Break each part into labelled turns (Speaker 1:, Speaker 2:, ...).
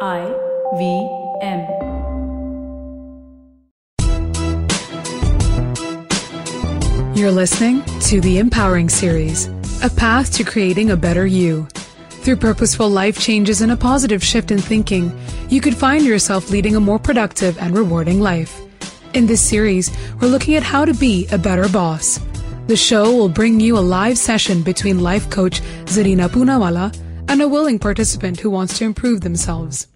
Speaker 1: I V M.
Speaker 2: You're listening to the Empowering Series, a path to creating a better you. Through purposeful life changes and a positive shift in thinking, you could find yourself leading a more productive and rewarding life. In this series, we're looking at how to be a better boss. The show will bring you a live session between life coach Zarina Punawala and a willing participant who wants to improve themselves.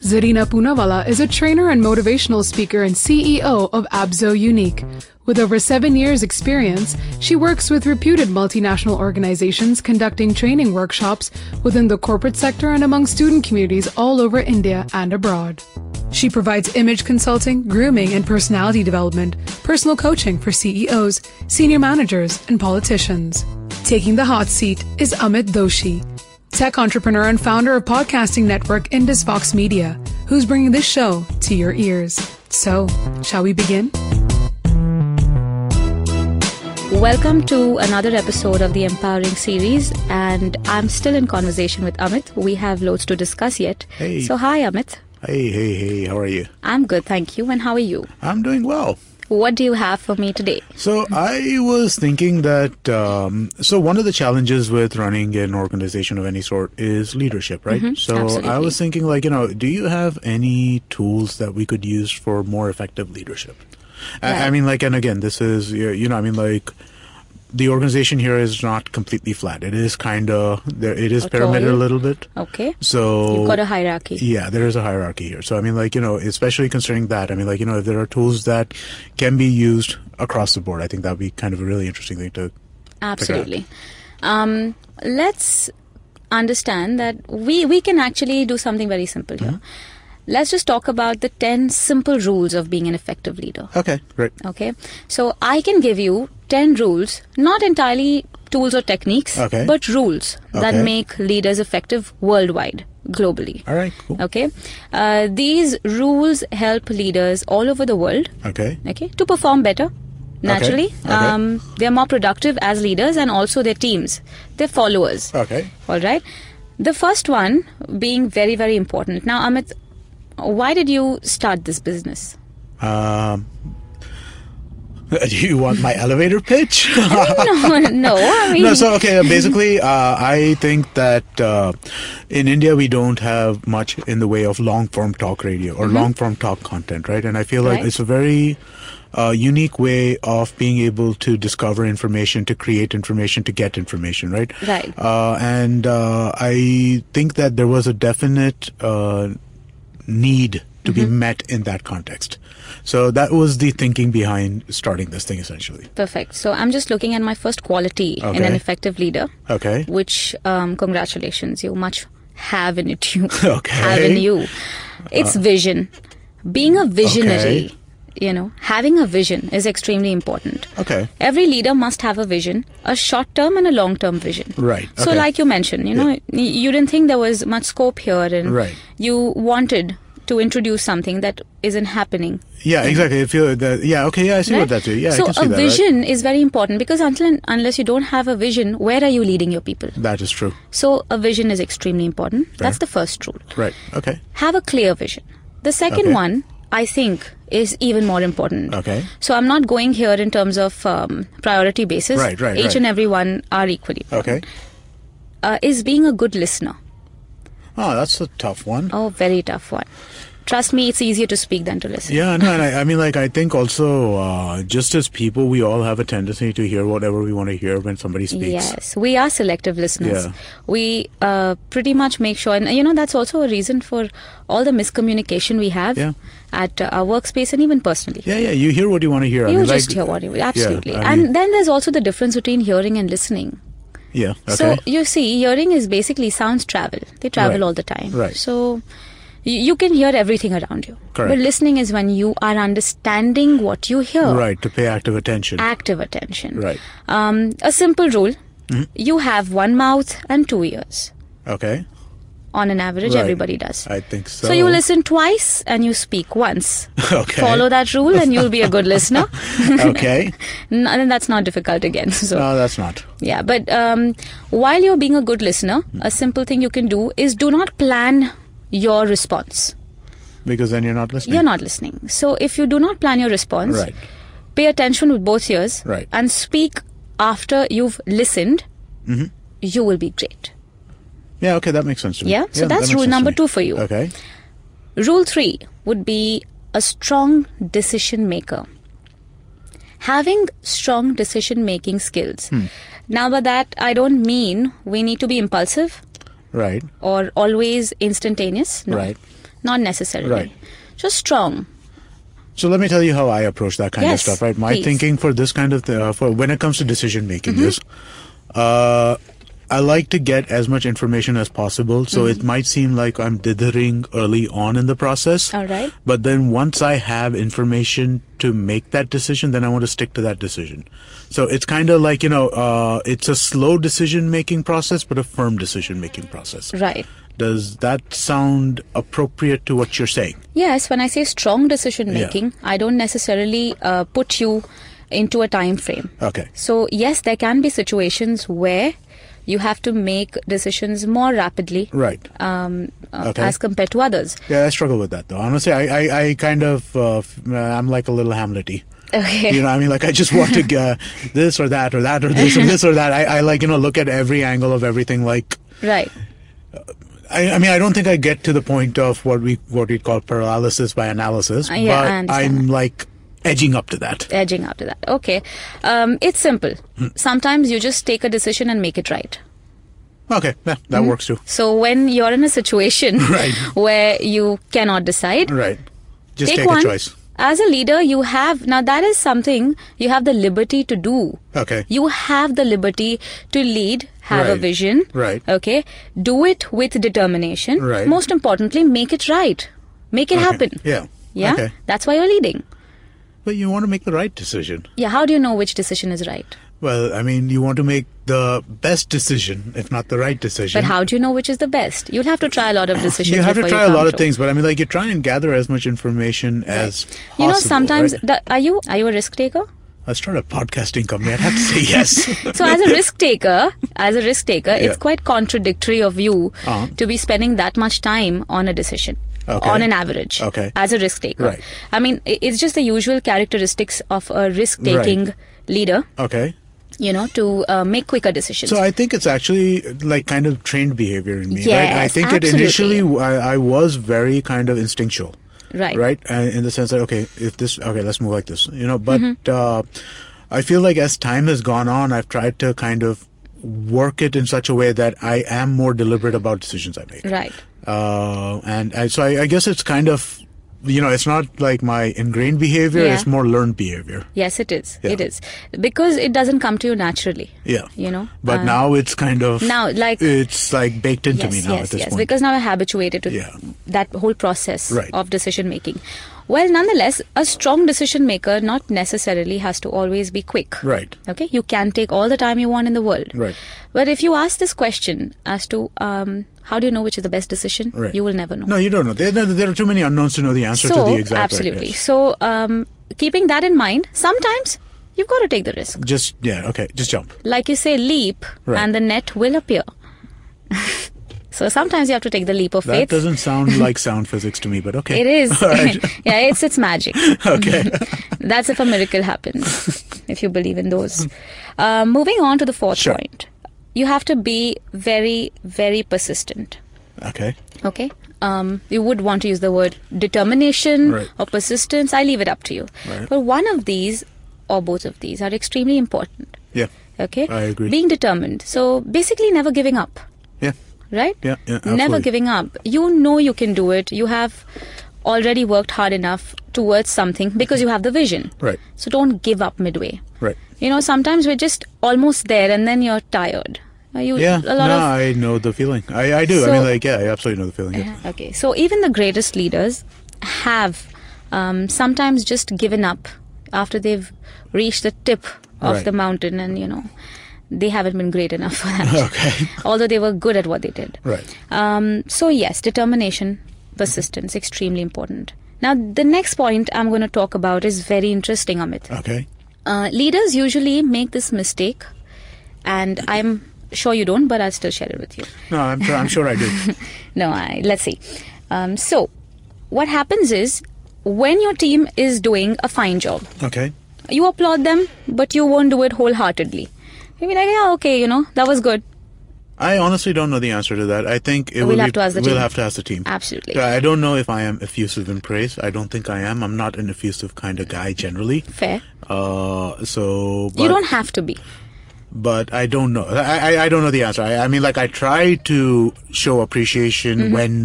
Speaker 2: Zarina Punavala is a trainer and motivational speaker and CEO of Abzo Unique. With over seven years' experience, she works with reputed multinational organizations conducting training workshops within the corporate sector and among student communities all over India and abroad. She provides image consulting, grooming, and personality development, personal coaching for CEOs, senior managers, and politicians. Taking the hot seat is Amit Doshi tech entrepreneur and founder of podcasting network IndusVox Media, who's bringing this show to your ears. So, shall we begin?
Speaker 3: Welcome to another episode of the Empowering series, and I'm still in conversation with Amit. We have loads to discuss yet.
Speaker 4: Hey.
Speaker 3: So, hi, Amit.
Speaker 4: Hey, hey, hey, how are you?
Speaker 3: I'm good, thank you. And how are you?
Speaker 4: I'm doing well.
Speaker 3: What do you have for me today?
Speaker 4: So, I was thinking that, um, so one of the challenges with running an organization of any sort is leadership, right? so, I
Speaker 3: Mm-hmm. absolutely.
Speaker 4: was thinking, like, you know, do you have any tools that we could use for more effective leadership? I, I
Speaker 3: Right.
Speaker 4: mean, like, and again, this is, you you know, I mean, like, the organization here is not completely flat. It is kind of, there. it is
Speaker 3: A
Speaker 4: pyramidal a
Speaker 3: toil.
Speaker 4: little bit.
Speaker 3: Okay.
Speaker 4: So,
Speaker 3: You've got a hierarchy.
Speaker 4: Yeah, there is a hierarchy here. So I mean, like you know, especially considering that, I mean, like you know, if there are tools that can be used across the board, I think that would be kind of a really interesting thing to.
Speaker 3: Absolutely. Um, let's understand that we, we can actually do something very simple here. Let's just talk about the 10 simple rules of being an effective leader.
Speaker 4: Okay, great.
Speaker 3: Okay. So I can give you 10 rules, not entirely tools or techniques,
Speaker 4: Okay.
Speaker 3: but rules that
Speaker 4: Okay.
Speaker 3: make leaders effective worldwide, globally.
Speaker 4: All right, cool.
Speaker 3: Okay. Uh, these rules help leaders all over the world,
Speaker 4: Okay,
Speaker 3: okay, to perform better. Naturally,
Speaker 4: Okay.
Speaker 3: Um, they're more productive as leaders and also their teams, their followers.
Speaker 4: okay.
Speaker 3: All right. The first one being very, very important. Now, Amit, why did you start this business?
Speaker 4: Um, do you want my elevator pitch?
Speaker 3: no, no, I mean,
Speaker 4: no, so okay. uh, Basically, uh, I think that uh, in India we don't have much in the way of long-form talk radio or long-form talk content, right? And I feel like
Speaker 3: Mm-hmm. Right.
Speaker 4: it's a very uh, unique way of being able to discover information, to create information, to get information, right?
Speaker 3: Right.
Speaker 4: Uh, and uh, I think that there was a definite. Uh, need to be
Speaker 3: Mm-hmm.
Speaker 4: met in that context. So that was the thinking behind starting this thing essentially.
Speaker 3: Perfect. So I'm just looking at my first quality in an
Speaker 4: Okay.
Speaker 3: effective leader,
Speaker 4: Okay.
Speaker 3: which um, congratulations, you much have in it. You
Speaker 4: Okay. Uh,
Speaker 3: have in you. It's vision. Being a visionary,
Speaker 4: Okay.
Speaker 3: you know, having a vision is extremely important.
Speaker 4: Okay.
Speaker 3: Every leader must have a vision, a short term and a long term vision.
Speaker 4: Right.
Speaker 3: So,
Speaker 4: Okay.
Speaker 3: like you mentioned, you know, y you didn't think there was much scope here, and
Speaker 4: Right.
Speaker 3: you wanted to introduce something that isn't happening
Speaker 4: Yeah, exactly. If you, the, yeah, okay, yeah, I see what that's. Yeah,
Speaker 3: so
Speaker 4: I can see
Speaker 3: a
Speaker 4: that. right?
Speaker 3: vision is very important because until and unless you don't have a vision, where are you leading your people?
Speaker 4: That is true.
Speaker 3: So a vision is extremely important. That's the first rule.
Speaker 4: Right. Okay.
Speaker 3: Have a clear vision. The second
Speaker 4: Okay.
Speaker 3: one, I think, is even more important.
Speaker 4: Okay.
Speaker 3: So I'm not going here in terms of um, priority basis.
Speaker 4: Right, right,
Speaker 3: Each
Speaker 4: right.
Speaker 3: and every one are equally.
Speaker 4: Okay.
Speaker 3: Uh, is being a good listener.
Speaker 4: Oh, that's a tough one.
Speaker 3: Oh, very tough one. Trust me, it's easier to speak than to listen.
Speaker 4: Yeah, no, and I, I mean, like, I think also, uh, just as people, we all have a tendency to hear whatever we want to hear when somebody speaks.
Speaker 3: Yes, we are selective listeners.
Speaker 4: Yeah.
Speaker 3: We uh, pretty much make sure, and you know, that's also a reason for all the miscommunication we have
Speaker 4: Yeah.
Speaker 3: at uh, our workspace and even personally.
Speaker 4: Yeah, yeah, you hear what you want to hear. I
Speaker 3: You
Speaker 4: mean,
Speaker 3: just
Speaker 4: like,
Speaker 3: hear what you absolutely,
Speaker 4: Yeah, I mean,
Speaker 3: and then there's also the difference between hearing and listening.
Speaker 4: yeah, okay.
Speaker 3: So you see, hearing is basically sounds travel. They travel
Speaker 4: Right.
Speaker 3: all the time.
Speaker 4: Right.
Speaker 3: So y- you can hear everything around you.
Speaker 4: Correct.
Speaker 3: But listening is when you are understanding what you hear.
Speaker 4: right, to pay active attention.
Speaker 3: Active attention.
Speaker 4: Right. Hmm?
Speaker 3: Um, a simple rule. You have one mouth and two ears.
Speaker 4: Okay.
Speaker 3: On an average,
Speaker 4: Right.
Speaker 3: everybody does.
Speaker 4: I think so.
Speaker 3: so you listen twice and you speak once.
Speaker 4: Okay.
Speaker 3: Follow that rule and you'll be a good listener.
Speaker 4: okay.
Speaker 3: N- And that's not difficult again. So
Speaker 4: No, that's not.
Speaker 3: yeah,
Speaker 4: Hmm.
Speaker 3: but um, while you're being a good listener, a simple thing you can do is do not plan your response.
Speaker 4: because then you're not listening.
Speaker 3: You're not listening. So if you do not plan your response,
Speaker 4: Hmm. Right.
Speaker 3: pay attention with both ears
Speaker 4: Right.
Speaker 3: and speak after you've listened,
Speaker 4: Mm-hmm.
Speaker 3: you will be great.
Speaker 4: Yeah, okay, that makes sense to me.
Speaker 3: Yeah, so
Speaker 4: that
Speaker 3: that's
Speaker 4: makes
Speaker 3: rule
Speaker 4: sense to
Speaker 3: number
Speaker 4: me.
Speaker 3: two for you.
Speaker 4: Okay.
Speaker 3: Rule three would be a strong decision maker. Having strong decision making skills.
Speaker 4: Hmm.
Speaker 3: Now, by that, I don't mean we need to be impulsive
Speaker 4: Right.
Speaker 3: or always instantaneous. No,
Speaker 4: Right.
Speaker 3: Not necessarily.
Speaker 4: Right.
Speaker 3: Just strong.
Speaker 4: So let me tell you how I approach that kind
Speaker 3: Yes,
Speaker 4: of stuff, right? My
Speaker 3: please. Mm-hmm.
Speaker 4: thinking for this kind of th- uh, for when it comes to decision making is, uh, I like to get as much information as possible. So
Speaker 3: Mm-hmm.
Speaker 4: it might seem like I'm dithering early on in the process.
Speaker 3: All right.
Speaker 4: But then once I have information to make that decision, then I want to stick to that decision. So it's kind of like you know, uh, it's a slow decision making process, but a firm decision making process.
Speaker 3: Right.
Speaker 4: Does that sound appropriate to what you're saying?
Speaker 3: Yes, when I say strong decision making, I don't necessarily uh, put you into a time frame.
Speaker 4: Okay.
Speaker 3: So, yes, there can be situations where you have to make decisions more rapidly
Speaker 4: Right.
Speaker 3: um, uh,
Speaker 4: Okay.
Speaker 3: as compared to others.
Speaker 4: Yeah, I struggle with that though. Honestly, I, I, I kind of uh, f- uh, I'm like a little Hamlety.
Speaker 3: Okay.
Speaker 4: You know, what I mean, like I just want to uh, this or that or that or this or this or that. I, I like you know look at every angle of everything. Like
Speaker 3: Right.
Speaker 4: I, I mean, I don't think I get to the point of what we what we call paralysis by analysis,
Speaker 3: Uh, yeah, I
Speaker 4: but
Speaker 3: understand
Speaker 4: I'm like edging up to that.
Speaker 3: Edging after that. Okay. Um, it's simple.
Speaker 4: Hmm.
Speaker 3: Sometimes you just take a decision and make it right.
Speaker 4: Okay, yeah, that
Speaker 3: Mm-hmm.
Speaker 4: works too.
Speaker 3: So when you're in a situation
Speaker 4: Right.
Speaker 3: where you cannot decide,
Speaker 4: Right, just take,
Speaker 3: one.
Speaker 4: a choice.
Speaker 3: As a leader, you have now that is something you have the liberty to do.
Speaker 4: Okay.
Speaker 3: You have the liberty to lead, have a
Speaker 4: Right.
Speaker 3: vision.
Speaker 4: Right.
Speaker 3: Okay. Do it with determination.
Speaker 4: Right.
Speaker 3: Most importantly, make it right. Make it
Speaker 4: Okay.
Speaker 3: happen.
Speaker 4: Yeah.
Speaker 3: Yeah.
Speaker 4: Okay.
Speaker 3: That's why you're leading.
Speaker 4: But you want to make the right decision.
Speaker 3: Yeah. How do you know which decision is right?
Speaker 4: Well, I mean, you want to make the best decision, if not the right decision.
Speaker 3: But how do you know which is the best? You'll have to try a lot of decisions.
Speaker 4: you have to
Speaker 3: before
Speaker 4: try a
Speaker 3: come
Speaker 4: lot of
Speaker 3: to-
Speaker 4: things, but I mean, like you try and gather as much information as possible.
Speaker 3: You know, sometimes
Speaker 4: right?
Speaker 3: the, are you are you a risk taker?
Speaker 4: I started a podcasting company. I'd have to say yes.
Speaker 3: So as a risk taker, as a risk taker, it's
Speaker 4: Yeah.
Speaker 3: quite contradictory of you
Speaker 4: Uh-huh.
Speaker 3: to be spending that much time on a decision.
Speaker 4: Okay.
Speaker 3: On an average,
Speaker 4: Okay.
Speaker 3: as a risk taker,
Speaker 4: Right.
Speaker 3: I mean, i- it's just the usual characteristics of a risk-taking leader,
Speaker 4: okay,
Speaker 3: you know, to uh, make quicker decisions.
Speaker 4: so I think it's actually like kind of trained behavior in me. right? I
Speaker 3: Yes,
Speaker 4: think it
Speaker 3: absolutely.
Speaker 4: initially I, I was very kind of instinctual,
Speaker 3: right,
Speaker 4: right? And in the sense that okay, if this okay, let's move like this, you know. But
Speaker 3: Mm-hmm.
Speaker 4: uh, I feel like as time has gone on, I've tried to kind of work it in such a way that I am more deliberate about decisions I make.
Speaker 3: right.
Speaker 4: uh, and I, so I, I guess it's kind of you know it's not like my ingrained behavior
Speaker 3: Yeah.
Speaker 4: it's more learned behavior
Speaker 3: Yes, it is.
Speaker 4: Yeah.
Speaker 3: It is because it doesn't come to you naturally.
Speaker 4: yeah
Speaker 3: You know,
Speaker 4: but
Speaker 3: uh,
Speaker 4: now it's kind of
Speaker 3: now, like-
Speaker 4: it's like baked into
Speaker 3: yes,
Speaker 4: me now
Speaker 3: yes,
Speaker 4: at this
Speaker 3: yes,
Speaker 4: point
Speaker 3: because now we're habituated to
Speaker 4: Yeah.
Speaker 3: that whole process
Speaker 4: Right.
Speaker 3: of decision making. Well, nonetheless, a strong decision maker not necessarily has to always be quick.
Speaker 4: Right.
Speaker 3: Okay, you can take all the time you want in the world.
Speaker 4: Right.
Speaker 3: But if you ask this question as to um, how do you know which is the best decision,
Speaker 4: Right.
Speaker 3: you will never know.
Speaker 4: no you don't know there, there, there are too many unknowns to know the answer
Speaker 3: so
Speaker 4: to the exact right
Speaker 3: absolutely.
Speaker 4: yes.
Speaker 3: So um, keeping that in mind, sometimes you've got to take the risk.
Speaker 4: just yeah okay just jump
Speaker 3: Like you say, leap,
Speaker 4: Right.
Speaker 3: and the net will appear. so sometimes you have to take the leap of
Speaker 4: that
Speaker 3: faith.
Speaker 4: doesn't sound like sound physics to me but okay
Speaker 3: It is.
Speaker 4: All right.
Speaker 3: yeah, it's it's magic.
Speaker 4: okay
Speaker 3: That's if a miracle happens, if you believe in those. Uh, moving on to the fourth
Speaker 4: Mm-hmm. Sure.
Speaker 3: point, you have to be very, very persistent.
Speaker 4: okay
Speaker 3: Okay. Um, you would want to use the word determination
Speaker 4: Right.
Speaker 3: or persistence. I leave it up to you.
Speaker 4: Right.
Speaker 3: But one of these or both of these are extremely important.
Speaker 4: yeah
Speaker 3: Okay.
Speaker 4: I agree.
Speaker 3: Being determined. So basically, never giving up
Speaker 4: yeah
Speaker 3: right?
Speaker 4: Yeah, yeah,
Speaker 3: Never
Speaker 4: absolutely.
Speaker 3: giving up. You know you can do it. You have already worked hard enough towards something because you have the vision.
Speaker 4: Right.
Speaker 3: So don't give up midway.
Speaker 4: right
Speaker 3: You know, sometimes we're just almost there and then you're tired. Uh, You,
Speaker 4: yeah
Speaker 3: a lot
Speaker 4: no
Speaker 3: of
Speaker 4: I know the feeling I, I do
Speaker 3: So-
Speaker 4: I mean like yeah I absolutely know the feeling yeah.
Speaker 3: Okay, so even the greatest leaders have um, sometimes just given up after they've reached the tip of
Speaker 4: Right.
Speaker 3: the mountain, and you know they haven't been great enough for that.
Speaker 4: Okay.
Speaker 3: although they were good at what they did.
Speaker 4: Right.
Speaker 3: Um, so yes, determination, persistence, extremely important. Now the next point I'm going to talk about is very interesting, Amit.
Speaker 4: okay
Speaker 3: Uh, leaders usually make this mistake, and I'm sure you don't, but I'll still share it with you.
Speaker 4: no I'm, sure- I'm sure I do
Speaker 3: No, I, let's see. Um, so, what happens is when your team is doing a fine job,
Speaker 4: Okay.
Speaker 3: you applaud them, but you won't do it wholeheartedly. You'll be like, yeah, okay, you know, that was good.
Speaker 4: I honestly don't know the answer to that. I think it
Speaker 3: We'll
Speaker 4: will
Speaker 3: have
Speaker 4: be-
Speaker 3: to ask the
Speaker 4: we'll
Speaker 3: team.
Speaker 4: have to ask the team.
Speaker 3: Absolutely.
Speaker 4: So I don't know if I am effusive in praise. I don't think I am. I'm not an effusive kind of guy generally.
Speaker 3: Fair.
Speaker 4: Uh, so but,
Speaker 3: you don't have to be.
Speaker 4: but I don't know. I, I I don't know the answer. I, I mean, like I try to show appreciation
Speaker 3: Mm-hmm.
Speaker 4: when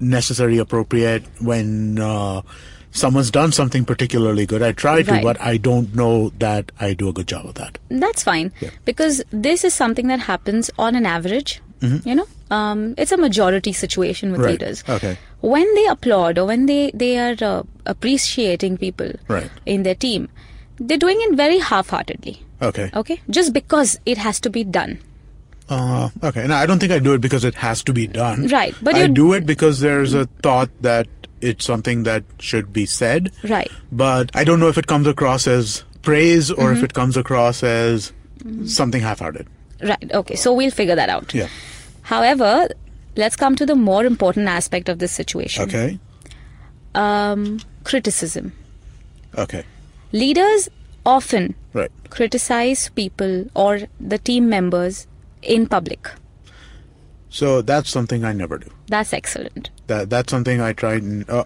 Speaker 4: necessary, appropriate, when uh, someone's done something particularly good. I try to,
Speaker 3: Right.
Speaker 4: but I don't know that I do a good job of that.
Speaker 3: That's fine. Because this is something that happens on an average. You know, um, it's a majority situation with
Speaker 4: Mm-hmm. Right.
Speaker 3: leaders.
Speaker 4: Okay.
Speaker 3: When they applaud or when they, they are uh, appreciating people
Speaker 4: Right.
Speaker 3: in their team, they're doing it very half heartedly.
Speaker 4: Okay.
Speaker 3: Okay? Just because it has to be done.
Speaker 4: Uh, okay. And I don't think I do it because it has to be done.
Speaker 3: Right, but
Speaker 4: I
Speaker 3: you-
Speaker 4: do it because there's a thought that it's something that should be said.
Speaker 3: Right.
Speaker 4: But I don't know if it comes across as praise or
Speaker 3: Mm-hmm.
Speaker 4: if it comes across as something half-hearted.
Speaker 3: Right. Okay. So we'll figure that out.
Speaker 4: Yeah.
Speaker 3: However, let's come to the more important aspect of this situation.
Speaker 4: Okay.
Speaker 3: Um, criticism.
Speaker 4: Okay.
Speaker 3: Leaders often
Speaker 4: Right.
Speaker 3: criticize people or the team members in public.
Speaker 4: So that's something I never do.
Speaker 3: That's excellent.
Speaker 4: That that's something I tried. And, uh,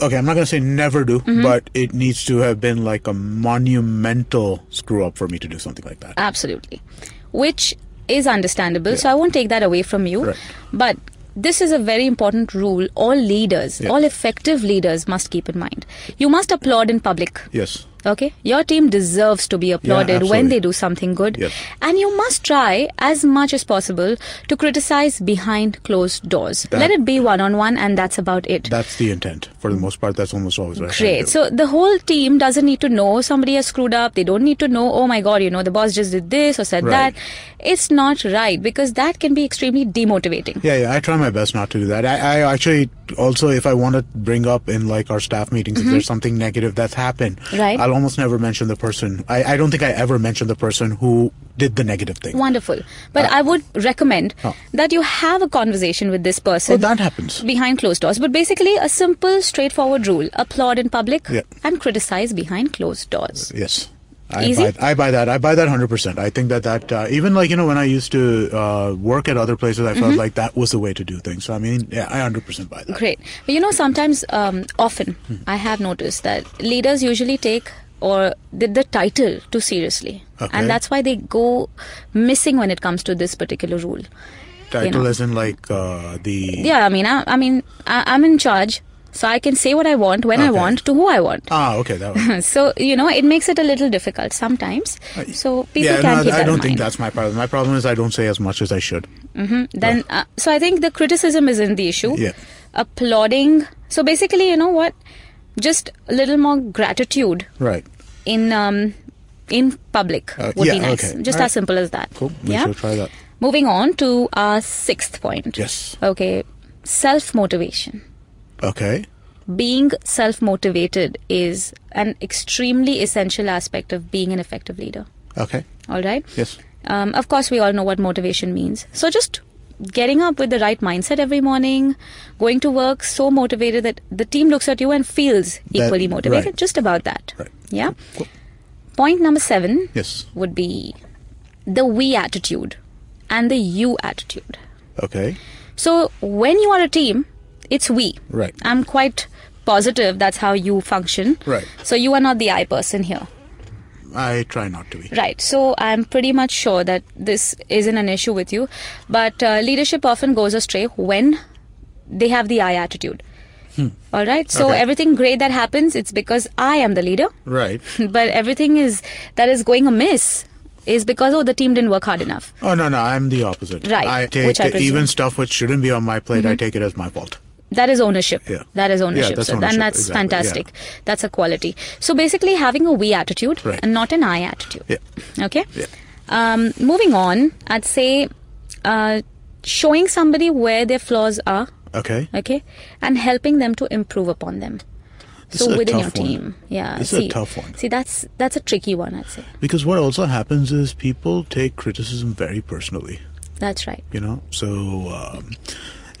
Speaker 4: okay, I'm not gonna say never do,
Speaker 3: Mm-hmm.
Speaker 4: but it needs to have been like a monumental screw up for me to do something like that.
Speaker 3: Absolutely. Which is understandable. So I won't take that away from you.
Speaker 4: Right.
Speaker 3: But this is a very important rule all leaders,
Speaker 4: Yeah.
Speaker 3: all effective leaders must keep in mind. You must applaud in public.
Speaker 4: Yes.
Speaker 3: Okay, your team deserves to be applauded when
Speaker 4: absolutely.
Speaker 3: they do something good,
Speaker 4: Yes.
Speaker 3: and you must try as much as possible to criticize behind closed doors.
Speaker 4: That-
Speaker 3: Let it be one on one, and that's about it.
Speaker 4: That's the intent. For the most part, that's almost always what I try to
Speaker 3: Great.
Speaker 4: do.
Speaker 3: So the whole team doesn't need to know somebody has screwed up. They don't need to know, oh my God, you know, the boss just did this or said that.
Speaker 4: Right.
Speaker 3: It's not right because that can be extremely demotivating.
Speaker 4: Yeah, yeah, I try my best not to do that. I, I actually also, if I want to bring up in like our staff meetings, if there's something negative that's happened,
Speaker 3: Mm-hmm. Right.
Speaker 4: I'll almost never mention the person. I, I don't think I ever mention the person who did the negative thing.
Speaker 3: Wonderful. But
Speaker 4: Uh,
Speaker 3: I would recommend
Speaker 4: Oh.
Speaker 3: that you have a conversation with this person.
Speaker 4: Oh, that happens.
Speaker 3: behind closed doors. But basically, a simple, straightforward rule applaud in public
Speaker 4: Yeah.
Speaker 3: and criticize behind closed doors.
Speaker 4: Yes. I
Speaker 3: Easy?
Speaker 4: buy, I buy that. I buy that 100%. I think that that, uh, even like, you know, when I used to uh, work at other places, I
Speaker 3: Mm-hmm.
Speaker 4: felt like that was the way to do things. So, I mean, yeah, I 100% buy that.
Speaker 3: Great. But you know, sometimes, um, often, I have noticed that leaders usually take or the, the title too seriously.
Speaker 4: Okay.
Speaker 3: And that's why they go missing when it comes to this particular rule.
Speaker 4: Title
Speaker 3: know.
Speaker 4: as in like uh, the.
Speaker 3: Yeah, I mean, I, I mean, I, I'm in charge, so I can say what I want, when I
Speaker 4: Okay.
Speaker 3: want, to who I want.
Speaker 4: Ah, okay, that one.
Speaker 3: So you know, it makes it a little difficult sometimes. So people
Speaker 4: Uh, yeah,
Speaker 3: can
Speaker 4: no,
Speaker 3: keep that
Speaker 4: I
Speaker 3: in
Speaker 4: don't
Speaker 3: mind.
Speaker 4: think that's my problem. My problem is I don't say as much as I should.
Speaker 3: then uh, so i think the criticism isn't the issue
Speaker 4: Yeah.
Speaker 3: applauding so basically you know what just a little more gratitude
Speaker 4: Right.
Speaker 3: in um in public
Speaker 4: Uh,
Speaker 3: would be
Speaker 4: yeah,
Speaker 3: nice
Speaker 4: okay.
Speaker 3: just
Speaker 4: All
Speaker 3: as simple as that
Speaker 4: Cool. We
Speaker 3: yeah
Speaker 4: shall try that.
Speaker 3: moving on to our sixth point
Speaker 4: Yes.
Speaker 3: okay self motivation
Speaker 4: Okay.
Speaker 3: being self motivated is an extremely essential aspect of being an effective leader
Speaker 4: Okay.
Speaker 3: all right
Speaker 4: Yes.
Speaker 3: um, of course, we all know what motivation means. So just getting up with the right mindset every morning, going to work so motivated that the team looks at you and feels
Speaker 4: That-
Speaker 3: equally motivated.
Speaker 4: right.
Speaker 3: Just about that.
Speaker 4: Right.
Speaker 3: Yeah.
Speaker 4: Cool.
Speaker 3: Point number seven
Speaker 4: Yes.
Speaker 3: would be the we attitude and the you attitude.
Speaker 4: Okay.
Speaker 3: So when you are a team, it's we.
Speaker 4: Right.
Speaker 3: I'm quite positive that's how you function.
Speaker 4: Right.
Speaker 3: So you are not the I person here.
Speaker 4: I try not to be.
Speaker 3: Right. So I'm pretty much sure that this isn't an issue with you. But uh, leadership often goes astray when they have the I attitude. All right. So
Speaker 4: Hmm. Okay.
Speaker 3: everything great that happens, it's because I am the leader.
Speaker 4: Right.
Speaker 3: but everything is that is going amiss is because oh the team didn't work hard enough.
Speaker 4: Oh no, no, I'm the opposite.
Speaker 3: Right,
Speaker 4: I
Speaker 3: which I
Speaker 4: take it- even
Speaker 3: presume. Mm-hmm.
Speaker 4: stuff which shouldn't be on my plate. I take it as my fault.
Speaker 3: That is ownership.
Speaker 4: Yeah.
Speaker 3: That is
Speaker 4: Yeah,
Speaker 3: ownership.
Speaker 4: that's
Speaker 3: So-
Speaker 4: ownership,
Speaker 3: And that's
Speaker 4: exactly, yeah.
Speaker 3: fantastic. That's a quality. So basically having a we attitude
Speaker 4: Right.
Speaker 3: and not an I attitude.
Speaker 4: Yeah.
Speaker 3: Okay.
Speaker 4: Yeah.
Speaker 3: Um, moving on, I'd say uh, showing somebody where their flaws are,
Speaker 4: Okay.
Speaker 3: okay, and helping them to improve upon them.
Speaker 4: This
Speaker 3: so
Speaker 4: is a
Speaker 3: within
Speaker 4: tough
Speaker 3: your
Speaker 4: one.
Speaker 3: team, yeah.
Speaker 4: This is
Speaker 3: see,
Speaker 4: a tough one.
Speaker 3: See, that's that's a tricky one. I'd say
Speaker 4: Because what also happens is people take criticism very personally.
Speaker 3: that's right.
Speaker 4: You know, so um,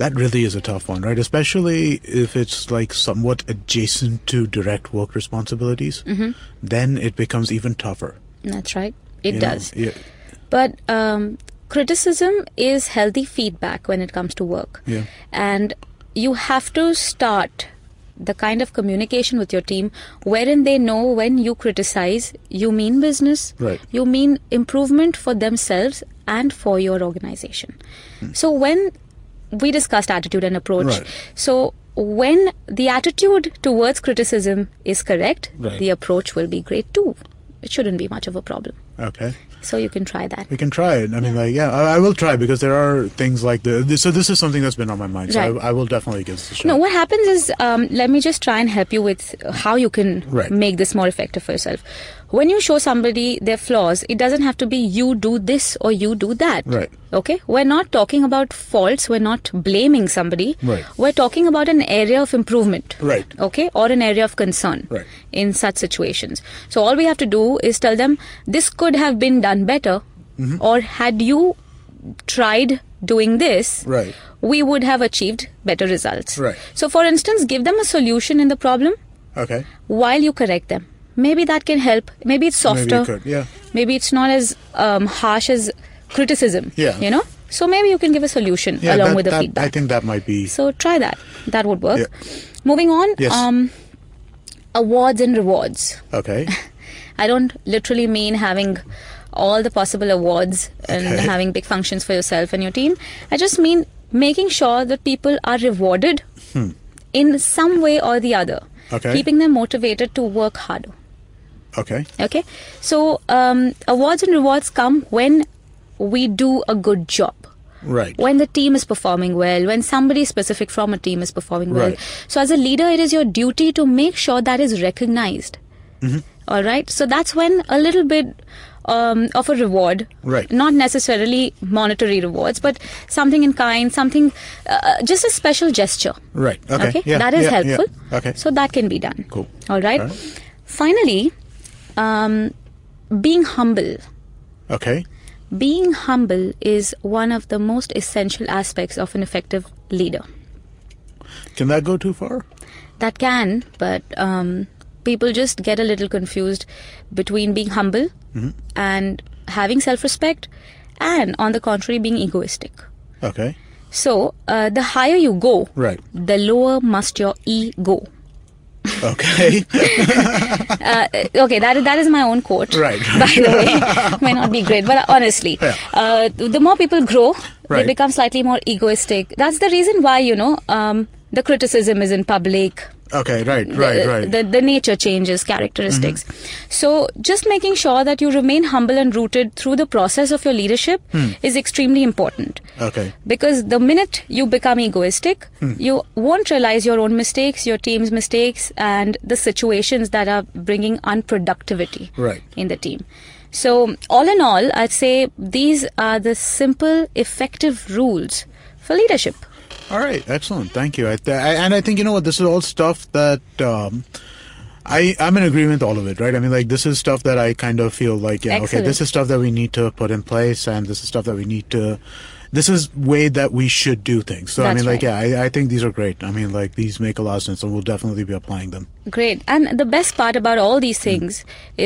Speaker 4: That really is a tough one, right? Especially if it's like somewhat adjacent to direct work responsibilities,
Speaker 3: Mm-hmm.
Speaker 4: then it becomes even tougher.
Speaker 3: That's right. It
Speaker 4: you know?
Speaker 3: does.
Speaker 4: Yeah.
Speaker 3: But um, criticism is healthy feedback when it comes to work.
Speaker 4: Yeah.
Speaker 3: And you have to start the kind of communication with your team wherein they know when you criticize, you mean business,
Speaker 4: Right.
Speaker 3: you mean improvement for themselves and for your organization. So when we discussed attitude and approach,
Speaker 4: Hmm. Right.
Speaker 3: so when the attitude towards criticism is correct,
Speaker 4: Right.
Speaker 3: the approach will be great too. It shouldn't be much of a problem.
Speaker 4: Okay.
Speaker 3: So you can try that.
Speaker 4: We can try it. I mean, like, yeah, I, I will try because there are things like the. This, so this is something that's been on my mind. So
Speaker 3: Right.
Speaker 4: I, I will definitely give this a shot.
Speaker 3: No, what happens is, um, let me just try and help you with how you can
Speaker 4: Right.
Speaker 3: make this more effective for yourself. When you show somebody their flaws, it doesn't have to be you do this or you do that.
Speaker 4: Right.
Speaker 3: Okay? We're not talking about faults, we're not blaming somebody.
Speaker 4: Right.
Speaker 3: We're talking about an area of improvement.
Speaker 4: Right.
Speaker 3: Okay? Or an area of concern
Speaker 4: Right.
Speaker 3: in such situations. So all we have to do is tell them this could have been done better
Speaker 4: Mm-hmm.
Speaker 3: or had you tried doing this
Speaker 4: Right.
Speaker 3: we would have achieved better results.
Speaker 4: Right.
Speaker 3: So, for instance, give them a solution in the problem
Speaker 4: Okay.
Speaker 3: while you correct them. Maybe that can help. Maybe it's softer.
Speaker 4: Maybe you could. Yeah.
Speaker 3: Maybe it's not as um, harsh as criticism.
Speaker 4: Yeah.
Speaker 3: You know? So, maybe you can give a solution
Speaker 4: Yeah.
Speaker 3: along
Speaker 4: that,
Speaker 3: with the
Speaker 4: that-
Speaker 3: feedback.
Speaker 4: I think that might be.
Speaker 3: so, try that. That would work.
Speaker 4: Yeah.
Speaker 3: Moving on,
Speaker 4: Yes.
Speaker 3: um, awards and rewards.
Speaker 4: Okay.
Speaker 3: I don't literally mean having all the possible awards and
Speaker 4: Okay.
Speaker 3: having big functions for yourself and your team. I just mean making sure that people are rewarded in some way or the other,
Speaker 4: Hmm. Okay.
Speaker 3: keeping them motivated to work harder.
Speaker 4: Okay.
Speaker 3: Okay, so um, awards and rewards come when we do a good job.
Speaker 4: Right.
Speaker 3: When the team is performing well, when somebody specific from a team is performing well.
Speaker 4: Right.
Speaker 3: So, as a leader, it is your duty to make sure that is recognized.
Speaker 4: Mm-hmm.
Speaker 3: All right. So that's when a little bit um, of a reward,
Speaker 4: Right.
Speaker 3: Not necessarily monetary rewards, but something in kind, something uh, just a special gesture.
Speaker 4: Right. Okay. Yeah.
Speaker 3: that is
Speaker 4: yeah, yeah.
Speaker 3: helpful.
Speaker 4: Okay.
Speaker 3: So that can be done.
Speaker 4: Cool.
Speaker 3: All right.
Speaker 4: All
Speaker 3: Finally, um, being humble.
Speaker 4: okay.
Speaker 3: Being humble is one of the most essential aspects of an effective leader.
Speaker 4: Can that go too far?
Speaker 3: That can, but um, people just get a little confused between being humble and having self respect, and on the contrary, being egoistic.
Speaker 4: Okay.
Speaker 3: So, uh, the higher you go,
Speaker 4: Right.
Speaker 3: the lower must your E go.
Speaker 4: Okay.
Speaker 3: Uh, okay, that, that is my own quote.
Speaker 4: Right,
Speaker 3: By the way, may not be great, but honestly, uh, the more people grow, they
Speaker 4: Right.
Speaker 3: become slightly more egoistic. That's the reason why, you know, um, the criticism is in public.
Speaker 4: okay. Right.
Speaker 3: the- uh,
Speaker 4: Right. Right. Mm-hmm.
Speaker 3: The, the nature changes characteristics so just making sure that you remain humble and rooted through the process of your leadership is extremely important
Speaker 4: Hmm. okay.
Speaker 3: because the minute you become egoistic
Speaker 4: Hmm.
Speaker 3: you won't realize your own mistakes your team's mistakes and the situations that are bringing unproductivity
Speaker 4: Right.
Speaker 3: in the team so all in all i'd say these are the simple effective rules for leadership
Speaker 4: All right, excellent. Thank you. I th- I, and I think you know what this is all stuff that um, I I'm in agreement with all of it, right? I mean, like this is stuff that I kind of feel like yeah, okay,
Speaker 3: Excellent.
Speaker 4: this is stuff that we need to put in place, and this is stuff that we need to. This is way that we should do things. So I
Speaker 3: That's
Speaker 4: mean, like
Speaker 3: right.
Speaker 4: yeah, I, I think these are great. I mean, like these make a lot of sense, and we'll definitely be applying them.
Speaker 3: Great. And the best part about all these things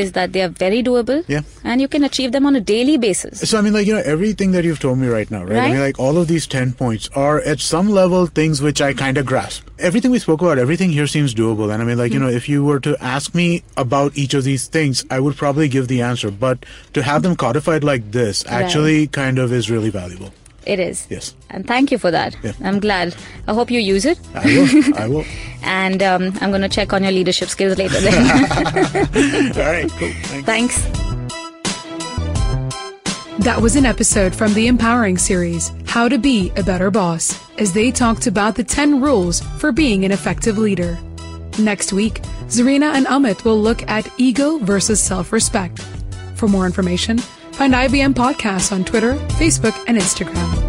Speaker 3: is that they are very doable.
Speaker 4: Hmm. Yeah.
Speaker 3: And you can achieve them on a daily basis.
Speaker 4: So I mean, like you know, everything that you've told me right now, right? I
Speaker 3: Right.
Speaker 4: mean, like all of these ten points are at some level things which I kind of grasp. Everything we spoke about, everything here seems doable. And I mean, like you know, if you were to ask me about each of these things, I would probably give the answer. But to have them codified like this actually kind of is really valuable.
Speaker 3: It is.
Speaker 4: Yes,
Speaker 3: And thank you for that.
Speaker 4: Yeah.
Speaker 3: I'm glad. I hope you use it.
Speaker 4: I will. I will.
Speaker 3: And um, I'm going to check on your leadership skills later then.
Speaker 4: All right. Cool. Thank
Speaker 3: Thanks.
Speaker 2: That was an episode from the Empowering series, How to Be a Better Boss, as they talked about the 10 rules for being an effective leader. Next week, Zarina and Amit will look at ego versus self respect. For more information, find IBM Podcasts on Twitter, Facebook, and Instagram.